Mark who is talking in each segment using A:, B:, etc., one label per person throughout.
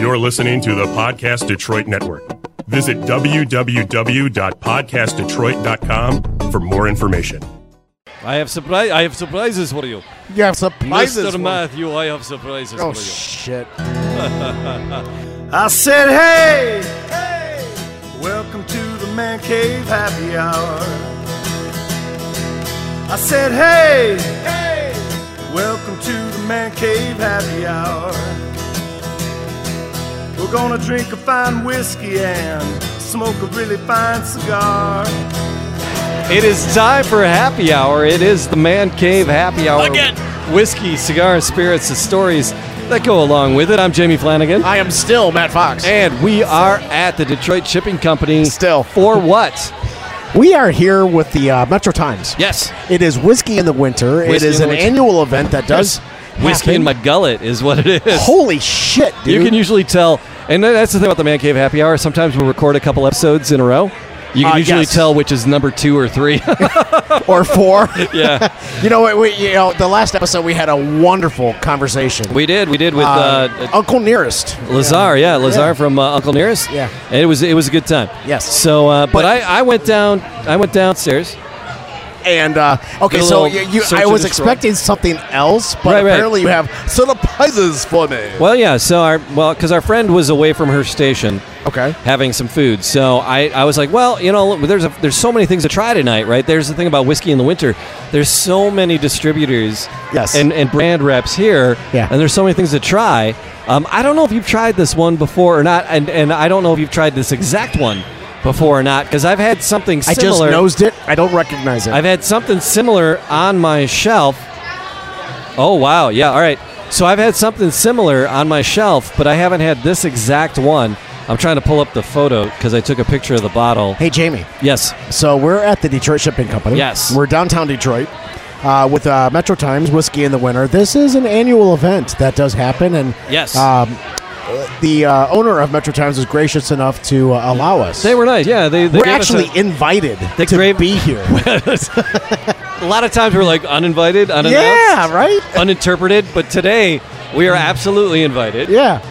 A: You're listening to the Podcast Detroit Network. Visit www.podcastdetroit.com for more information.
B: I have surprise. I have surprises for you,
C: You have surprises.
B: Mr. Matthew. I have surprises
C: oh
B: for you.
C: shit!
D: I said, hey, hey, welcome to the Man Cave Happy Hour. I said, hey, hey, welcome to the Man Cave Happy Hour. We're gonna drink a fine whiskey and smoke a really fine cigar.
B: It is time for happy hour. It is the Man Cave Happy Hour.
E: Again.
B: Whiskey, cigars, spirits, the stories that go along with it. I'm Jamie Flanagan.
E: I am still Matt Fox.
B: and we are at the Detroit Shipping Company.
C: Still.
B: For what?
C: We are here with the uh, Metro Times.
B: Yes.
C: It is whiskey in the winter. it
B: Whiskey
C: is
B: in
C: an
B: the Winter.
C: annual event that does
B: Whiskey in
C: happen.
B: my gullet is what it is.
C: Holy shit, dude!
B: You can usually tell, and tha- that's the thing about the Man Cave Happy Hour. Sometimes we'll record a couple episodes in a row. You can
C: Uh,
B: usually
C: yes.
B: tell which is number two or three.
C: or four.
B: yeah,
C: you know, we, you know, the last episode we had a wonderful conversation.
B: we did. We did with
C: Uh,
B: uh,
C: Uncle Nearest.
B: Lazar, yeah, Lazar
C: Yeah.
B: from uh, Uncle Nearest.
C: Yeah.
B: and it was it was a good time.
C: Yes.
B: So, uh, but,
C: But-
B: I, I went down I went downstairs.
C: And uh, okay,
B: Did a
C: so
B: little
C: you, you,
B: search
C: I
B: and
C: was
B: destroy.
C: expecting something else, but
B: Right, right.
C: apparently you have surprises for me.
B: Well, yeah. So our well, because our friend was away from her station
C: Okay.
B: having some food, so I, I was like, well, you know, look, there's a, there's so many things to try tonight, right? There's the thing about whiskey in the winter. There's so many distributors,
C: Yes.
B: and and brand reps here,
C: Yeah.
B: and there's so many things to try. Um, I don't know if you've tried this one before or not, and and I don't know if you've tried this exact one before or not, because I've had something
C: I just
B: similar.
C: nosed it. I don't recognize it.
B: I've had something similar on my shelf. Oh wow, yeah, all right. So I've had something similar on my shelf, but I haven't had this exact one. I'm trying to pull up the photo because I took a picture of the bottle.
C: hey, Jamie.
B: Yes,
C: So we're at the Detroit Shipping Company.
B: Yes.
C: We're downtown Detroit uh, with uh, Metro Times Whiskey in the Winter. This is an annual event that does happen, and
B: yes.
C: um, the uh, owner of Metro Times was gracious enough to uh, allow us.
B: they were nice. Yeah, they. they
C: We're
B: gave us
C: actually invited
B: They
C: to
B: gave-
C: be here.
B: a, a lot of times we're like uninvited, unannounced,
C: yeah, right.
B: uninterpreted. But today we are absolutely invited,
C: Yeah,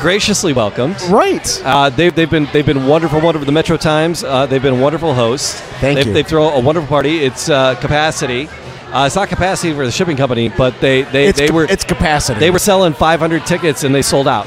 B: graciously welcomed.
C: right.
B: Uh, they've, they've been they've been wonderful, wonderful. The Metro Times, uh, they've been wonderful hosts.
C: Thank
B: they
C: you.
B: They throw a wonderful party. It's uh, capacity. Uh, it's not capacity for the shipping company, but they they,
C: it's
B: they
C: ca-
B: were
C: it's capacity.
B: they were selling 500 tickets and they sold out.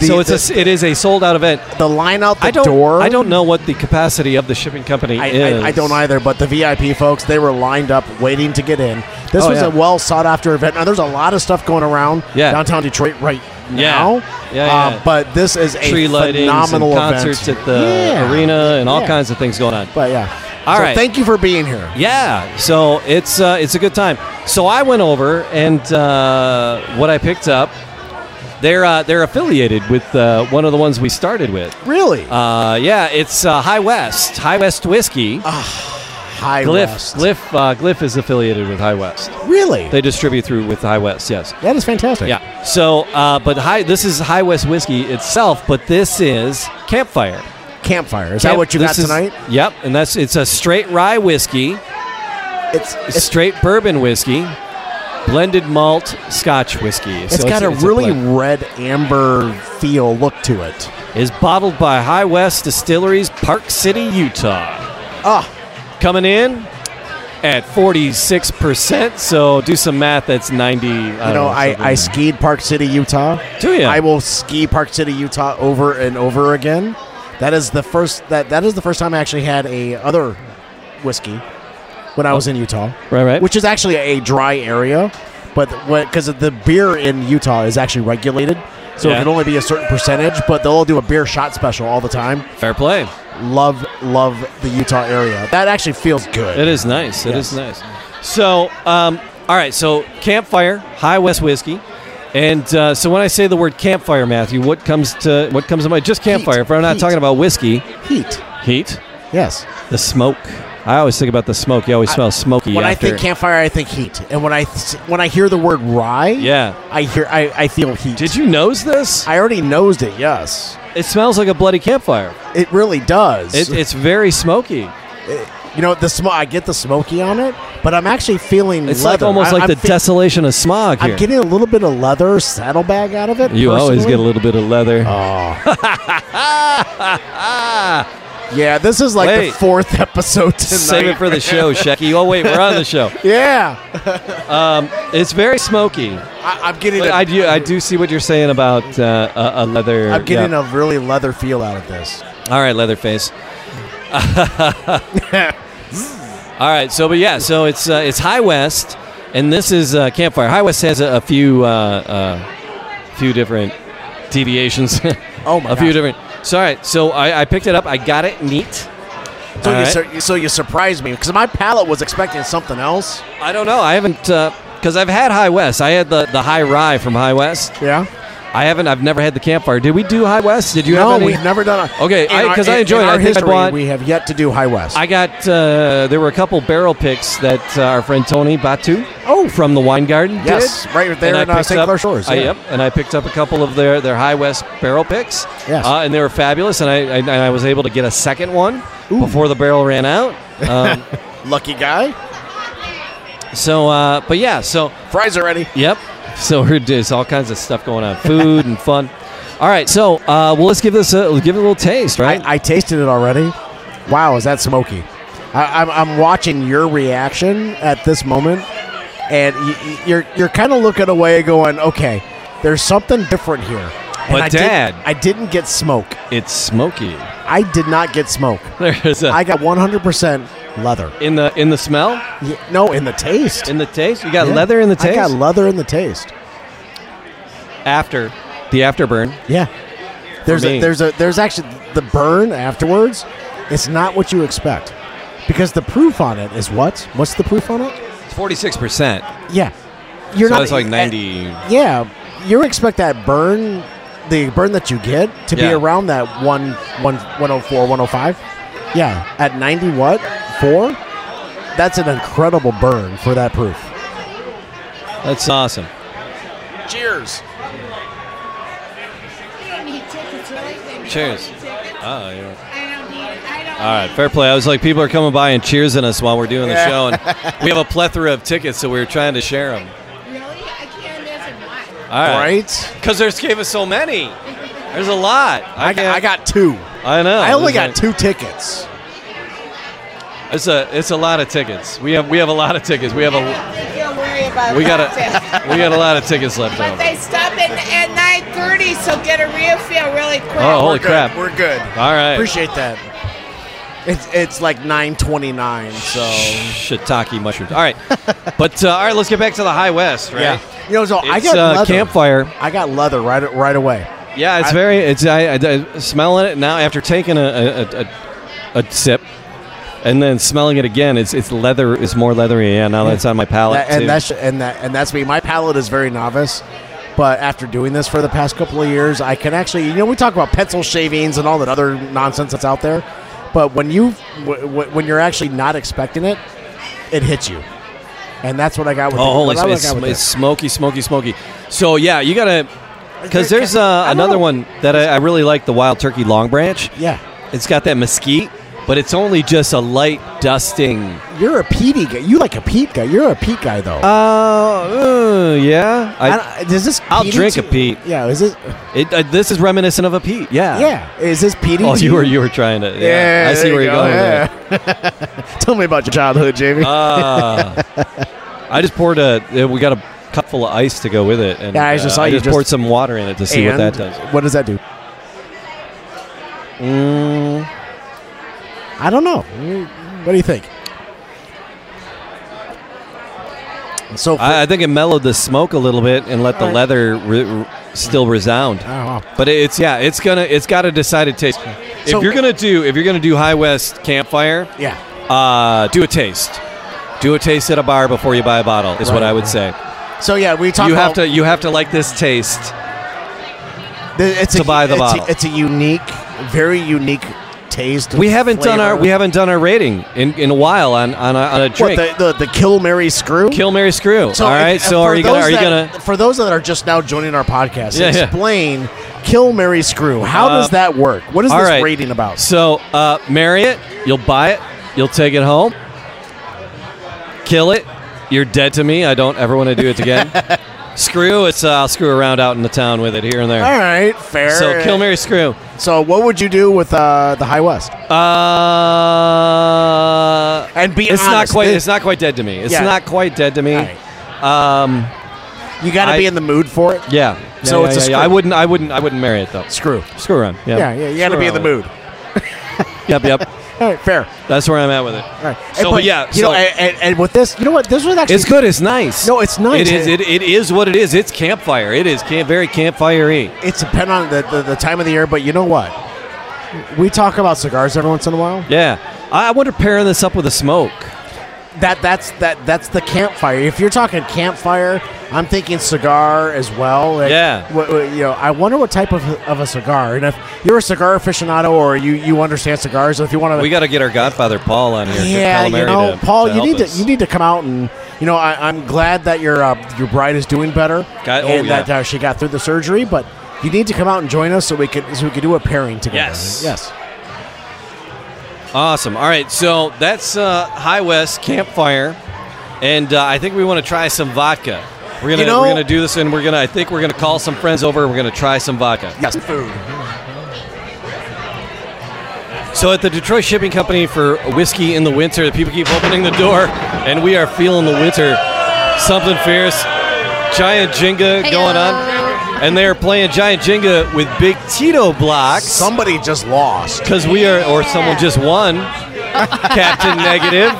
C: The-
B: so it's a s it is a sold out event.
C: the line out the
B: I don't
C: door.
B: I don't know what the capacity of the shipping company
C: I,
B: is.
C: I, I don't either, but the VIP folks, they were lined up waiting to get in. This
B: Oh,
C: was
B: yeah.
C: a well sought after event. Now, there's a lot of stuff going around
B: Yeah.
C: downtown Detroit right
B: Yeah.
C: now.
B: Yeah, yeah.
C: Uh, but this is a
B: Tree lightings
C: phenomenal
B: and
C: event.
B: concerts at the
C: Yeah.
B: arena and all
C: Yeah.
B: kinds of things going on.
C: But yeah.
B: All
C: so
B: right.
C: Thank you for being here.
B: Yeah, so it's uh, it's a good time. So I went over and uh, what I picked up, they're uh, they're affiliated with uh, one of the ones we started with.
C: Really?
B: Uh, yeah, it's uh, High West, High West whiskey.
C: High
B: Glyph,
C: West.
B: Glyph, uh, Glyph is affiliated with High West.
C: Really?
B: They distribute through with High West. Yes.
C: that is fantastic.
B: Yeah. So, uh, but high. This is High West whiskey itself, but this is Campfire.
C: Campfire. Is that
B: Camp-
C: what you got
B: this is-
C: tonight?
B: Yep, and that's it's a straight rye whiskey.
C: It's,
B: It's
C: it's,
B: straight bourbon whiskey, blended malt Scotch whiskey. So
C: it's got a
B: it's
C: really
B: blend.
C: red amber feel look to it.
B: is bottled by High West Distilleries, Park City, Utah.
C: Ah,
B: Coming in at forty six percent. So do some math. That's ninety. You
C: you know, I, I skied Park City, Utah.
B: do you?
C: I will ski Park City, Utah, over and over again. That is the first that that is the first time I actually had a other whiskey when I was in Utah,
B: right, right.
C: which is actually a dry area, but because the beer in Utah is actually regulated, so
B: Yeah.
C: it can only be a certain percentage. But they'll do a beer shot special all the time.
B: fair play.
C: Love, love the Utah area. That actually feels good.
B: It is nice. It is
C: Yes.
B: nice. So, um, all right. So, campfire, High West whiskey, and uh, so when I say the word campfire, Matthew, what comes to what comes to mind? Just campfire. if I'm not
C: Heat.
B: talking about whiskey,
C: Heat.
B: heat,
C: Yes.
B: the smoke. I always think about the smoke. You always smell smoky
C: When I
B: after.
C: think campfire, I think heat, and when I th- when I hear the word rye,
B: yeah.
C: I hear I, I feel heat.
B: Did you nose this?
C: I already nosed it. Yes,
B: It smells like a bloody campfire.
C: it really does.
B: It, it's very smoky.
C: You know, the smoke. I get the smoky on it, but I'm actually feeling
B: It's like
C: leather.
B: almost
C: I-
B: like
C: I'm
B: the
C: fe-
B: desolation of smog here.
C: I'm getting a little bit of leather saddlebag out of it.
B: you always
C: personally. Oh.
B: get a little bit of leather.
C: Yeah, this is like
B: Wait.
C: the fourth episode tonight.
B: Save it for the show, Shecky. Oh wait, we're on the show.
C: yeah,
B: It's very smoky.
C: I, I'm getting.
B: But
C: a-
B: I do, I do see what you're saying about uh, a, a leather.
C: I'm getting
B: yeah.
C: a really leather feel out of this.
B: All right, Leatherface. All right, so but yeah, so it's uh, it's High West, and this is uh, Campfire. High West has a, a few uh, uh, few different deviations.
C: Oh my
B: a few
C: gosh.
B: different. So all right, so I, I picked it up. I got it neat.
C: So,
B: All
C: you,
B: right.
C: sur- so you surprised me because my palate was expecting something else.
B: I don't know. I haven't because I've had High West. I had the the High Rye from High West.
C: Yeah.
B: I haven't. I've never had the Campfire. Did we do High West? Did you
C: no,
B: have any?
C: we've never done it.
B: Okay, I- 'cause I enjoy
C: in
B: it. I
C: Our
B: think I'd
C: history,
B: want-
C: we have yet to do High West.
B: I got uh, there were a couple barrel picks that uh, our friend Tony Batu
C: Oh.
B: from the Wine Garden did.
C: Yes, right there
B: And I
C: in, uh,
B: picked
C: St.
B: up-
C: Clair Shores,
B: I-
C: yeah.
B: Yep, and I picked up a couple of their their High West barrel picks.
C: Yes.
B: uh, and they were fabulous, and I, I and I was able to get a second one before the barrel ran out. Um,
C: Lucky guy.
B: so, uh, but yeah, so
C: Fries are ready.
B: Yep. So we're there's all kinds of stuff going on, food and fun. All right, so uh, well, let's give this a give it a little taste, right?
C: I, I tasted it already. Wow, is that smoky? I, I'm, I'm watching your reaction at this moment, and y- y- you're you're kind of looking away, going, "Okay, there's something different here." And
B: But
C: I did-
B: Dad-
C: I didn't get smoke.
B: it's smoky.
C: I did not get smoke.
B: There's a
C: I got 100% leather.
B: in the in the smell,
C: Y- No, in the taste.
B: in the taste. You got
C: Yeah.
B: leather in the
C: I
B: taste
C: got leather in the taste.
B: after the afterburn.
C: Yeah. There's
B: me.
C: a, there's a there's actually the burn afterwards. It's not what you expect because the proof on it is what? What's the proof on it?
B: It's forty six percent.
C: Yeah. You're
B: So
C: not
B: it's like 90.
C: yeah. You expect that burn the burn that you get to
B: Yeah.
C: be around that 1 1 104 105. Yeah, at 90 what? 4? That's an incredible burn for that proof.
B: That's awesome.
C: Cheers.
B: Cheers. Oh, yeah. All right, fair play. I was like, people are coming by and cheersing us while we're doing the show, and we have a plethora of tickets, so we were trying to share them.
E: Really? I can't imagine why.
B: All right,
C: Right?
B: because there's gave us so many. There's a lot. I,
C: I got, I got two.
B: I know.
C: I only
B: There's
C: got
B: like-
C: two tickets.
B: It's a it's a lot of tickets. We have we have a lot of tickets. We have a
E: I don't think you'll worry about
B: we got
E: contest.
B: a we got a lot of tickets left
E: But
B: over.
E: they stop at, at 9.30, so get a real feel really quick.
B: Oh, holy crap!
C: We're good.
B: All right,
C: Appreciate that. It's it's like nine twenty nine. So
B: shiitake mushrooms. All right, but uh, all right, let's get back to the High West, right?
C: you know, so I
B: It's,
C: got
B: uh,
C: leather.
B: campfire.
C: I got leather right right away.
B: Yeah, it's
C: I-
B: very it's I, I, I smelling it now after taking a a, a- a a sip. And then smelling it again, it's it's leather. It's more leathery. Yeah, now that's on my palate.
C: That- and
B: too.
C: that's and that and that's me. My palate is very novice, but after doing this for the past couple of years, I can actually. You know, we talk about pencil shavings and all that other nonsense that's out there, but when you w- w- when you're actually not expecting it, it hits you, and that's what I got with.
B: oh,
C: the,
B: holy!
C: that's what I
B: It's,
C: got with
B: it's
C: this.
B: smoky, smoky, smoky. So yeah, you gotta because there's uh,
C: I don't
B: another
C: know.
B: one that I, I really like, the Wild Turkey Long Branch.
C: yeah.
B: It's got that mesquite, but it's only just a light dusting.
C: You're a peaty guy. You like a peat guy. You're a peat guy though.
B: Uh, uh, yeah.
C: Oh, I
B: I,
C: don't- does this?
B: I'll
C: peaty
B: drink a
C: to-
B: peat.
C: Yeah. Is this?
B: it, uh, this is reminiscent of a peat. Yeah.
C: Yeah. Is this peaty?
B: Uh. Oh,
C: to
B: you were you were trying to. Yeah. I see
C: there
B: where
C: you
B: you're going.
C: go,
B: With that.
C: yeah. Tell me about your childhood, Jamie.
B: Uh, I just poured a. uh, We got a cup full of ice to go with it, and
C: Yeah, I just
B: uh,
C: saw
B: I
C: you
B: just
C: just-
B: poured some water in it to see what that
C: And
B: does.
C: What does that do?
B: Mm,
C: I don't know. You- What do you think? So, for,
B: I, I think it mellowed the smoke a little bit and let the
C: Alright.
B: leather re- re- still resound.
C: oh,
B: But it's yeah, it's gonna it's got a decided taste. If
C: So-
B: you're gonna do if you're gonna do High West Campfire,
C: yeah.
B: uh, do a taste. Do a taste at a bar before you buy a bottle is what
C: Right.
B: I would say.
C: So yeah, we talk.
B: You have
C: about,
B: to you have to like this taste.
C: th- It's
B: to
C: a,
B: buy the
C: it's a-
B: bottle.
C: It's a unique, very unique taste.
B: We haven't done our
C: flavor.
B: we haven't done our rating in, in a while on on a, on a
C: what
B: drink.
C: the, the the Kill Mary Screw.
B: Kill Mary Screw.
C: So
B: All right,
C: if-
B: so
C: for
B: are you gonna
C: those
B: are you
C: that-
B: gonna
C: for those that are just now joining our podcast?
B: Yeah, yeah.
C: explain Kill Mary Screw. How
B: Uh,
C: does that work? What is
B: all
C: this
B: right.
C: rating about?
B: So uh, marry it, you'll buy it, You'll take it home. Kill it. You're dead to me. I don't ever want to do it again. screw. It's uh, I'll screw around out in the town with it here and there.
C: All right, fair.
B: So kill Mary Screw.
C: So what would you do with uh, the High West?
B: Uh,
C: And be
B: it's not
C: honest.
B: quite. It's not quite dead to me. It's
C: Yeah.
B: not quite dead to me.
C: All
B: Um,
C: You got to
B: I-
C: be in the mood for it.
B: yeah.
C: So
B: Yeah,
C: it's
B: yeah,
C: a
B: yeah, yeah. I
C: screw.
B: wouldn't. I wouldn't. I wouldn't marry it though.
C: Screw.
B: Screw around. Yeah.
C: Yeah, yeah. You got to
B: Screw
C: be in the
B: around
C: mood.
B: with it. Yep. Yep.
C: All right, fair.
B: That's where I'm at with it.
C: All right.
B: So, but yeah,
C: you
B: so-
C: know, and, and, and with this, you know what? This was actually
B: It's good. It's nice.
C: No, it's nice.
B: It is. It, it is what it is. It's campfire. It is camp, very campfire-y.
C: It's depend on the, the the time of the year, but you know what? We talk about cigars every once in a while.
B: Yeah. I I wonder pairing this up with a smoke.
C: That that's that that's the campfire. If you're talking campfire, I'm thinking cigar as well. Like,
B: Yeah.
C: wh- wh- you know, I wonder what type of, of a cigar. And if you're a cigar aficionado or you you understand cigars, if you want to,
B: We got to get our godfather Paul on here. Chip
C: yeah, you
B: Calamari,
C: know,
B: to-
C: Paul,
B: to
C: you
B: help
C: need
B: us.
C: to you need to come out and you know I, I'm glad that your uh, your bride is doing better
B: Got- oh,
C: and
B: yeah.
C: that uh, she got through the surgery, but. You need to come out and join us so we could so we could do a pairing together.
B: Yes.
C: Yes.
B: Awesome. All right, so that's uh, High West Campfire, and uh, I think we want to try some vodka. We're gonna
C: You know-
B: we're gonna do this, and we're gonna I think we're gonna call some friends over. and We're gonna try some vodka.
C: Yes. Food.
B: So at the Detroit Shipping Company for whiskey in the winter, people keep opening the door, and we are feeling the winter. Something fierce, giant Jenga going on, and they are playing giant Jenga with Big Tito blocks.
C: Somebody just lost.
B: because we are, or someone just won, Captain Negative.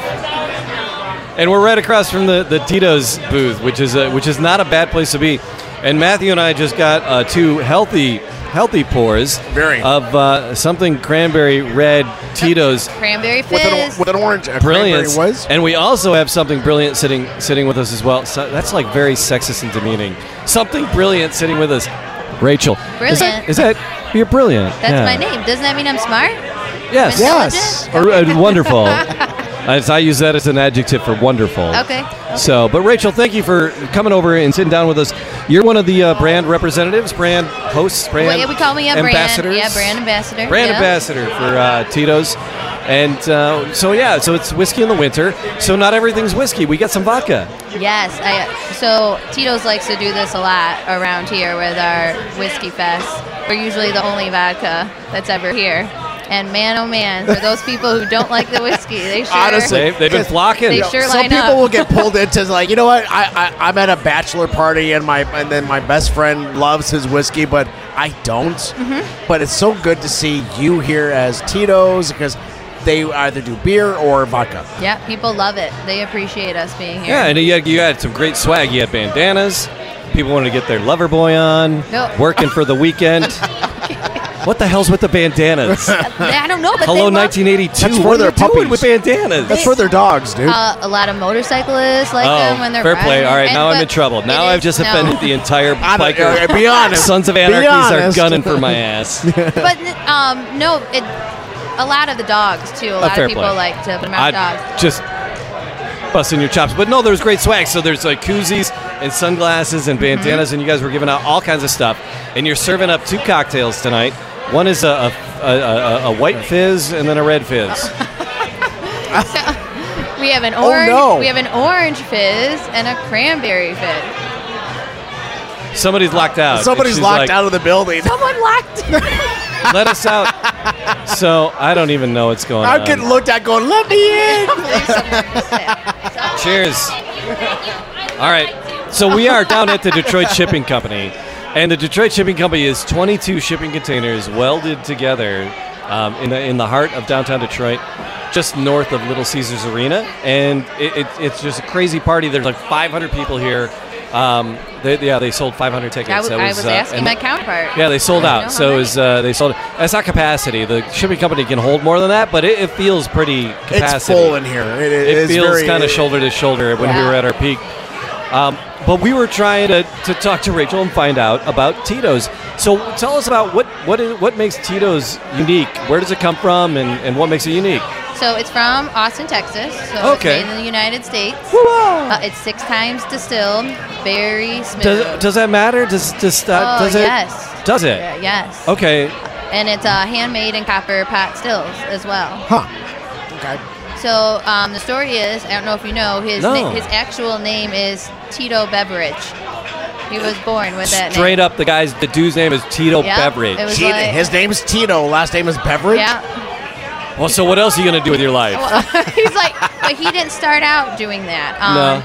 B: And we're right across from the, the Tito's booth, which is a, which is not a bad place to be. And Matthew and I just got uh, two healthy healthy pours
C: Very.
B: of uh, something cranberry red Tito's
F: Cranberry fizz.
C: With an, with an orange. a cranberry
B: brilliance.
C: was.
B: And we also have something brilliant sitting sitting with us as well. So that's like very sexist and demeaning. Something brilliant sitting with us. Rachel. Is that,
F: Brilliant.
B: is that you're brilliant?
F: That's
B: Yeah.
F: my name. Doesn't that mean I'm smart?
B: Yes.
C: Yes.
B: Or, uh, wonderful. I, I use that as an adjective for wonderful.
F: Okay.
B: So, but Rachel, thank you for coming over and sitting down with us. You're one of the uh, brand representatives, brand hosts, brand
F: Well, yeah, we call me a
B: ambassadors.
F: brand. Yeah, brand ambassador.
B: Brand
F: yeah.
B: ambassador for uh, Tito's. And uh, so, yeah, so it's whiskey in the winter. So not everything's whiskey. We got some vodka.
F: Yes, I. So Tito's likes to do this a lot around here with our whiskey fest. We're usually the only vodka that's ever here. And man, oh man, for those people who don't like the whiskey, they sure.
C: Honestly,
B: They, they've been
C: Yes.
B: flocking.
F: They sure
C: Some
F: line
C: people
F: up.
C: will get pulled into like, you know what? I, I I'm at a bachelor party and my and then my best friend loves his whiskey, but I don't.
F: Mm-hmm.
C: But it's so good to see you here as Tito's because they either do beer or vodka.
F: Yeah, people love it. They appreciate us being here.
B: Yeah, and you had, you had some great swag. You had bandanas. People wanted to get their lover boy on.
F: No.
B: Working for the weekend. what the hell's with the bandanas?
F: I don't know, but
B: Hello,
F: they love
B: 1982.
C: That's for
B: what
C: their
B: are you doing
C: puppies.
B: with bandanas?
C: That's for their dogs, dude.
F: Uh, a lot of motorcyclists like them
B: oh,
F: when they're
B: fair play.
F: riding.
B: All right,
F: And-
B: now I'm
F: but
B: in trouble.
F: it
B: Now
F: is-
B: I've just
F: no.
B: offended the entire
C: I don't-
B: biker.
C: uh, be honest.
B: Sons of
C: Be
B: anarchies
C: honest.
B: are gunning for my ass.
F: But um, no, it. A lot of the dogs too. A lot
B: fair
F: of people
B: play.
F: like to put them out dogs.
B: I just busting your chops. But no, there's great swag. So there's like koozies and sunglasses and bandanas, and you guys were giving out all kinds of stuff. And you're serving up two cocktails tonight. One is a, a, a, a, a white fizz and then a red fizz.
F: We have an
C: Oh,
F: orange.
C: no.
F: We have an orange fizz and a cranberry fizz.
B: Somebody's locked out. and
C: Somebody's
B: she's
C: locked
B: like, um,
C: out of the building.
F: Someone locked.
B: Let us out. So I don't even know what's going
C: I'm
B: on.
C: getting looked at going, let me in.
B: Cheers. All right. So we are down at the Detroit Shipping Company, and the Detroit Shipping Company is 22 shipping containers welded together um, in the in the heart of downtown Detroit, just north of Little Caesars Arena, and it, it, it's just a crazy party. There's like 500 people here. Um, they, yeah, they sold 500 tickets.
F: I was,
B: That
F: I was
B: uh,
F: asking
B: and-
F: my counterpart.
B: yeah, they sold
F: I don't know
B: out.
F: how
B: So
F: many.
B: is uh, they sold. That's not capacity. The shipping company can hold more than that, but it, it feels pretty capacity
C: It's full in here. It,
B: it
C: it's
B: feels
C: very-
B: kind of shoulder to shoulder when we
F: Yeah.
B: were at our peak. Um, but we were trying to, to talk to Rachel and find out about Tito's. So tell us about what what is what makes Tito's unique. Where does it come from, and, and what makes it unique?
F: So it's from Austin, Texas. So
B: Okay.
F: it's made in the United States. Uh, it's six times distilled, very smooth.
B: Does, does that matter? Does does that
F: Oh,
B: does it?
F: yes.
B: Does it?
F: Yeah, yes.
B: Okay.
F: And it's uh, handmade in copper pot stills as well.
C: Huh. Okay.
F: So um, the story is, I don't know if you know, his
B: No.
F: na- his actual name is Tito Beveridge. He was born with that
B: Straight
F: name.
B: up, the guy's the dude's name is Tito
F: Yeah,
B: Beveridge.
F: it was
C: Tito-
F: like-
C: his name's Tito. Last name is Beverage.
F: Yeah.
B: well, so what else are you gonna do with your life?
F: Well, he's like, but he didn't start out doing that. Um,
B: No.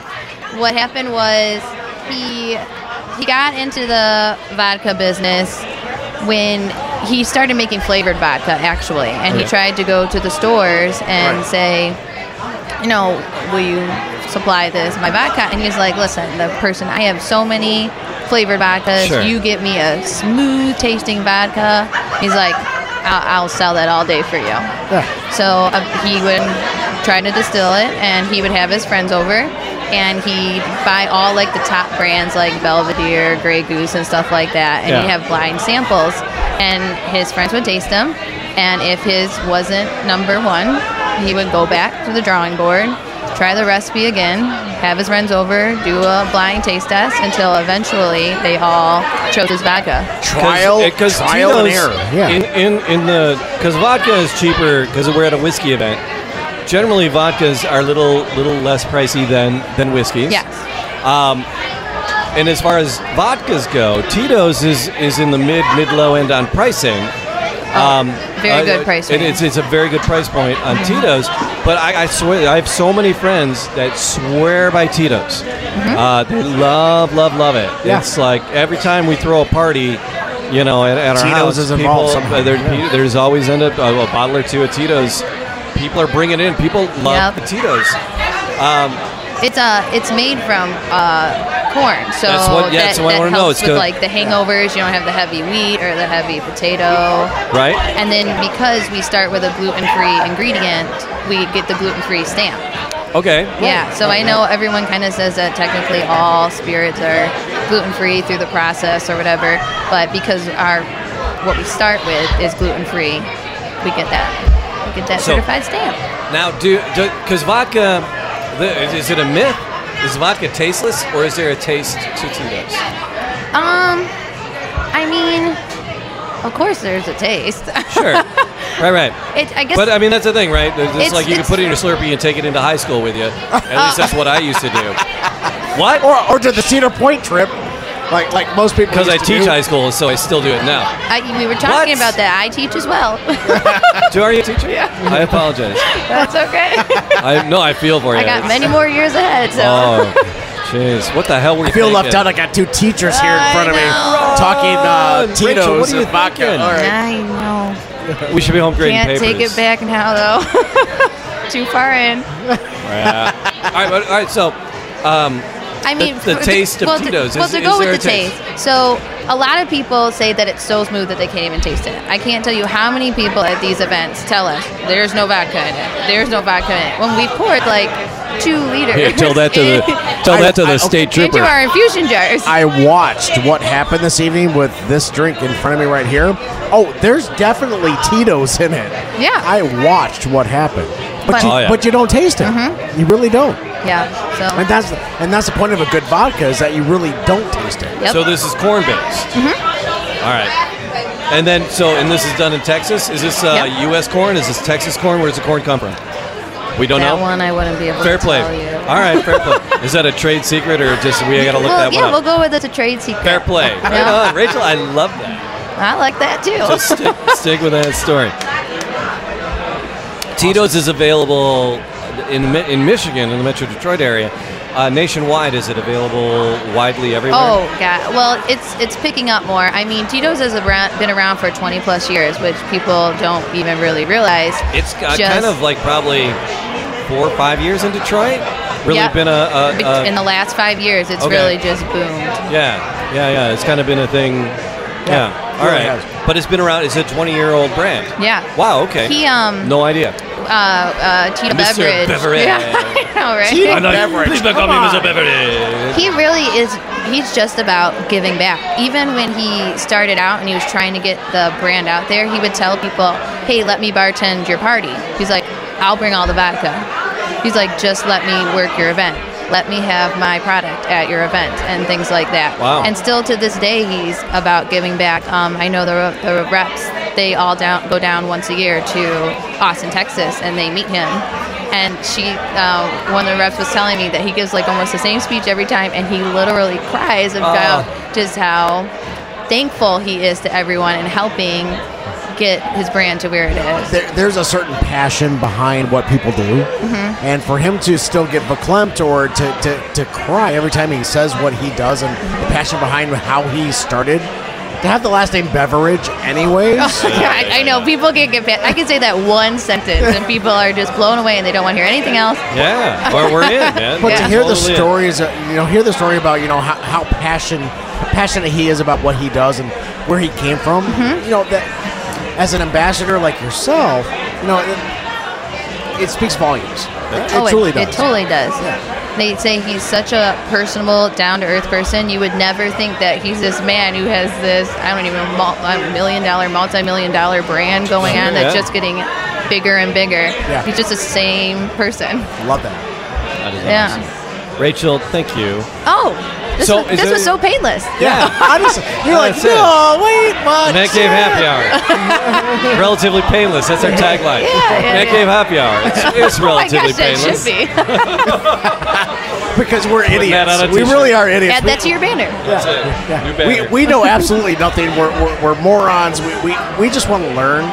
F: What happened was he he got into the vodka business when he started making flavored vodka actually, and he
B: Okay.
F: tried to go to the stores and
C: Right.
F: say, you know, will you supply this my vodka? And he's like, listen, the person I have so many flavored vodkas.
B: Sure.
F: You get me a smooth tasting vodka. He's like, I'll, I'll sell that all day for you. So uh, he would try to distill it, and he would have his friends over, and he'd buy all like the top brands like Belvedere, Grey Goose, and stuff like that, and he'd
B: Yeah.
F: have blind samples, and his friends would taste them, and if his wasn't number one, he would go back to the drawing board, try the recipe again, have his friends over, do a blind taste test until eventually they all chose his vodka.
C: Trial, trial and error. Yeah.
B: In, in, in the because vodka is cheaper because we're at a whiskey event. Generally, vodkas are little little less pricey than than whiskeys.
F: Yes.
B: And as far as vodkas go, Tito's is is in the mid mid low end on pricing.
F: Very
B: Uh,
F: good price. Mm-hmm.
B: It,
F: range.
B: it's, it's a very good price point on Tito's. But I, I swear, I have so many friends that swear by Tito's.
F: Mm-hmm.
B: Uh, they love, love, love it.
C: Yeah.
B: It's like every time we throw a party, you know, at, at our
C: Tito's
B: house,
C: is
B: people-
C: involved somehow,
B: uh, there-
C: yeah.
B: there's always end up uh, a, a bottle or two of Tito's. People are bringing it in. People love
F: Yep.
B: the Tito's.
F: It's uh, it's made from uh, corn, so
B: That's what- yeah,
F: that,
B: that's what I
F: that
B: wanna know.
F: helps
B: It's
F: with
B: good.
F: like the hangovers. You don't have the heavy wheat or the heavy potato,
B: Right?
F: and then because we start with a gluten-free ingredient, we get the gluten-free stamp.
B: Okay.
F: Yeah, so I know everyone kind of says that technically all spirits are gluten-free through the process or whatever, but because our what we start with is gluten-free, we get that we get that
B: So-
F: certified stamp.
B: Now, do because vodka, the, is it a myth? Is vodka tasteless, or is there a taste to Tito's?
F: Um, I mean, of course there's a taste.
B: Sure. right, right.
F: it, I guess.
B: But um, I mean, that's the thing, right? It's,
F: It's-
B: like you can
F: it's-
B: put it in your Slurpee and take it into high school with you. At least that's what I used to do. What?
C: Or, or did the Cedar Point trip, like like most people.
B: Because I
C: used to
B: teach
C: do.
B: high school, so I still do it now.
F: I, we were talking
B: What?
F: about that. I teach as well.
B: Do are you a teacher? Yeah. I apologize.
F: That's okay.
B: I no, I feel for you.
F: I got
B: It's-
F: many more years ahead. So.
B: Oh, jeez, what the hell were you?
C: I feel
B: thinking?
C: left out. I got two teachers here in
F: I
C: front of me
F: know.
C: talking uh,
B: Rachel,
C: Tito's
B: what are you
C: and vodka.
B: thinking?
C: All right.
F: I know.
B: We should be home grading
F: Can't
B: papers.
F: take it back now though. Too far in.
B: All right, but- all right. So,
F: I mean,
B: the
F: for-
B: taste of
F: well, to-
B: Tito's,
F: Well,
B: is-
F: to
B: is
F: go
B: there a
F: with the
B: taste?
F: taste. So, a lot of people say that it's so smooth that they can't even taste it. I can't tell you how many people at these events tell us there's no vodka in it. There's no vodka in it. When we poured like two liters.
B: here, tell that to the tell
C: I-
B: that to the
C: I-
B: state
F: into
B: trooper.
F: our infusion jars.
C: I watched what happened this evening with this drink in front of me right here. Oh, there's definitely Tito's in it.
F: Yeah.
C: I watched what happened, but
F: But- Mm-hmm.
C: you,
B: Oh, yeah.
C: but you don't taste it. You really don't.
F: yeah.
C: And
F: So.
C: that's and that's the point of a good vodka is that you really don't taste it.
F: Yep. Mm-hmm.
B: So this is corn based. All right. And then, so, and this is done in Texas. Is this uh,
F: Yep.
B: U.S. corn? Is this Texas corn? Where does the corn come from? We don't
F: that
B: know.
F: one I wouldn't be able
B: Fair
F: to
B: play.
F: tell you.
B: All right, fair play. Is that a trade secret or just we got to look
F: Well,
B: that
F: yeah,
B: one
F: we'll
B: up?
F: go with it's a trade secret.
B: fair play. Right
F: Yeah.
B: on, Rachel. I love that.
F: I like that too.
B: So stick, stick with that story. Tito's is available in Mi- in Michigan in the Metro Detroit area. Uh, nationwide, is it available widely everywhere?
F: Oh god. Well, it's it's picking up more. I mean, Tito's has around, been around for 20 plus years, which people don't even really realize.
B: It's uh,
F: Just-
B: kind of like probably four or five years in Detroit. Really
F: Yep.
B: been a, a,
F: Be-
B: a
F: in the last five years, it's
B: Uh, okay.
F: really just boomed.
B: yeah, yeah, yeah. It's kind of been a thing. Yeah. All
C: really
B: right.
C: has.
B: But it's been around. It's a 20 year old brand.
F: Yeah.
B: Wow. Okay.
F: He um
B: no idea.
F: uh, uh Tito
B: Mr.
F: Beveridge.
B: Beveridge.
F: Yeah, I know, right?
B: please
C: come on.
B: Beveridge.
F: he really is he's just about giving back even when he started out and he was trying to get the brand out there he would tell people hey let me bartend your party he's like i'll bring all the vodka he's like just let me work your event let me have my product at your event and things like that
B: Wow.
F: and still to this day he's about giving back um, i know the, the reps they all down go down once a year to austin texas and they meet him And she, uh, one of the reps was telling me that he gives like almost the same speech every time, and he literally cries about just how thankful he is to everyone and helping get his brand to where it is.
C: there, there's a certain passion behind what people do,
F: Mm-hmm.
C: and for him to still get verklempt or to, to, to cry every time he says what he does and the
F: Mm-hmm.
C: passion behind how he started, to have the last name Beveridge anyways,
F: God, I know people can get. pa- I can say that one sentence, and people are just blown away, and they don't want to hear anything else.
B: Yeah, or we're in, man.
C: but
F: Yeah.
C: to hear the
B: Totally in.
C: stories, uh, you know, hear the story about you know how, how passion passionate he is about what he does and where he came from,
F: Mm-hmm.
C: you know that as an ambassador like yourself, you know, it, it speaks volumes. It, it
F: oh,
C: truly
F: it,
C: does.
F: it totally does. They say he's such a personable, down to earth person. You would never think that he's this man who has this, I don't even, mul- a million dollar, multi million dollar brand going on that's
B: Yeah.
F: just getting bigger and bigger.
C: Yeah.
F: He's just the same person.
C: Love that.
B: That is
F: Yeah.
B: awesome. Rachel, thank you.
F: Oh, this,
B: So
F: was,
B: is
F: this was
B: it-
F: so painless.
B: Yeah.
C: Honestly, you're like,
B: That's it.
C: no, wait, what?
B: And that gave happy hour. Relatively painless. That's our tagline.
F: Yeah, yeah,
B: that
F: yeah.
B: gave happy hour. It's, it's
F: Oh my
B: relatively
F: gosh, that
B: painless.
F: should be.
C: Because we're
B: that
C: idiots.
B: on a
C: We
B: t-shirt.
C: really are idiots.
F: Add that to your banner.
B: That's it. New
C: we,
B: banner.
C: we know absolutely nothing. We're, we're, we're morons. We, we, we just want to learn.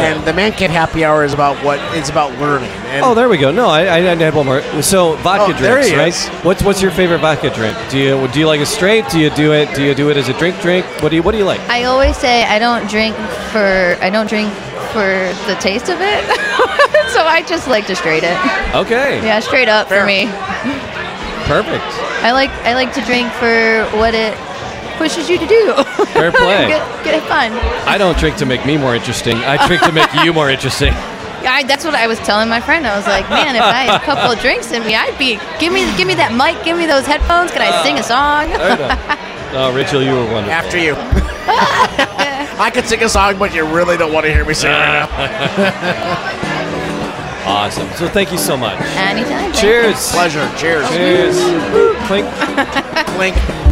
C: And the Man Kid Happy Hour is about what it's about learning. And
B: Oh, there we go. No, I, I I had one more. So vodka
C: Oh,
B: drinks,
C: there he
B: right?
C: is.
B: What's what's your favorite vodka drink? Do you do you like it straight? Do you do it? Do you do it as a drink drink? What do you what do you like?
F: I always say I don't drink for, I don't drink for the taste of it. so I just like to straight it.
B: Okay,
F: Yeah, straight up
C: Fair.
F: for me.
B: perfect.
F: I like I like to drink for what it pushes you to do.
B: Fair play.
F: get, get it fun.
B: I don't drink to make me more interesting. I drink to make you more interesting.
F: I, that's what I was telling my friend. I was like, man, if I had a couple of drinks in me, I'd be give me give me that mic, give me those headphones. Can I sing a song?
B: Fair enough. Oh, Rachel, you were wonderful.
C: After you. I could sing a song, but you really don't want to hear me sing right now.
B: Awesome. So thank you so much.
F: Anytime. thank you.
B: Cheers.
C: Pleasure. Cheers.
B: Cheers. Clink.
C: Clink.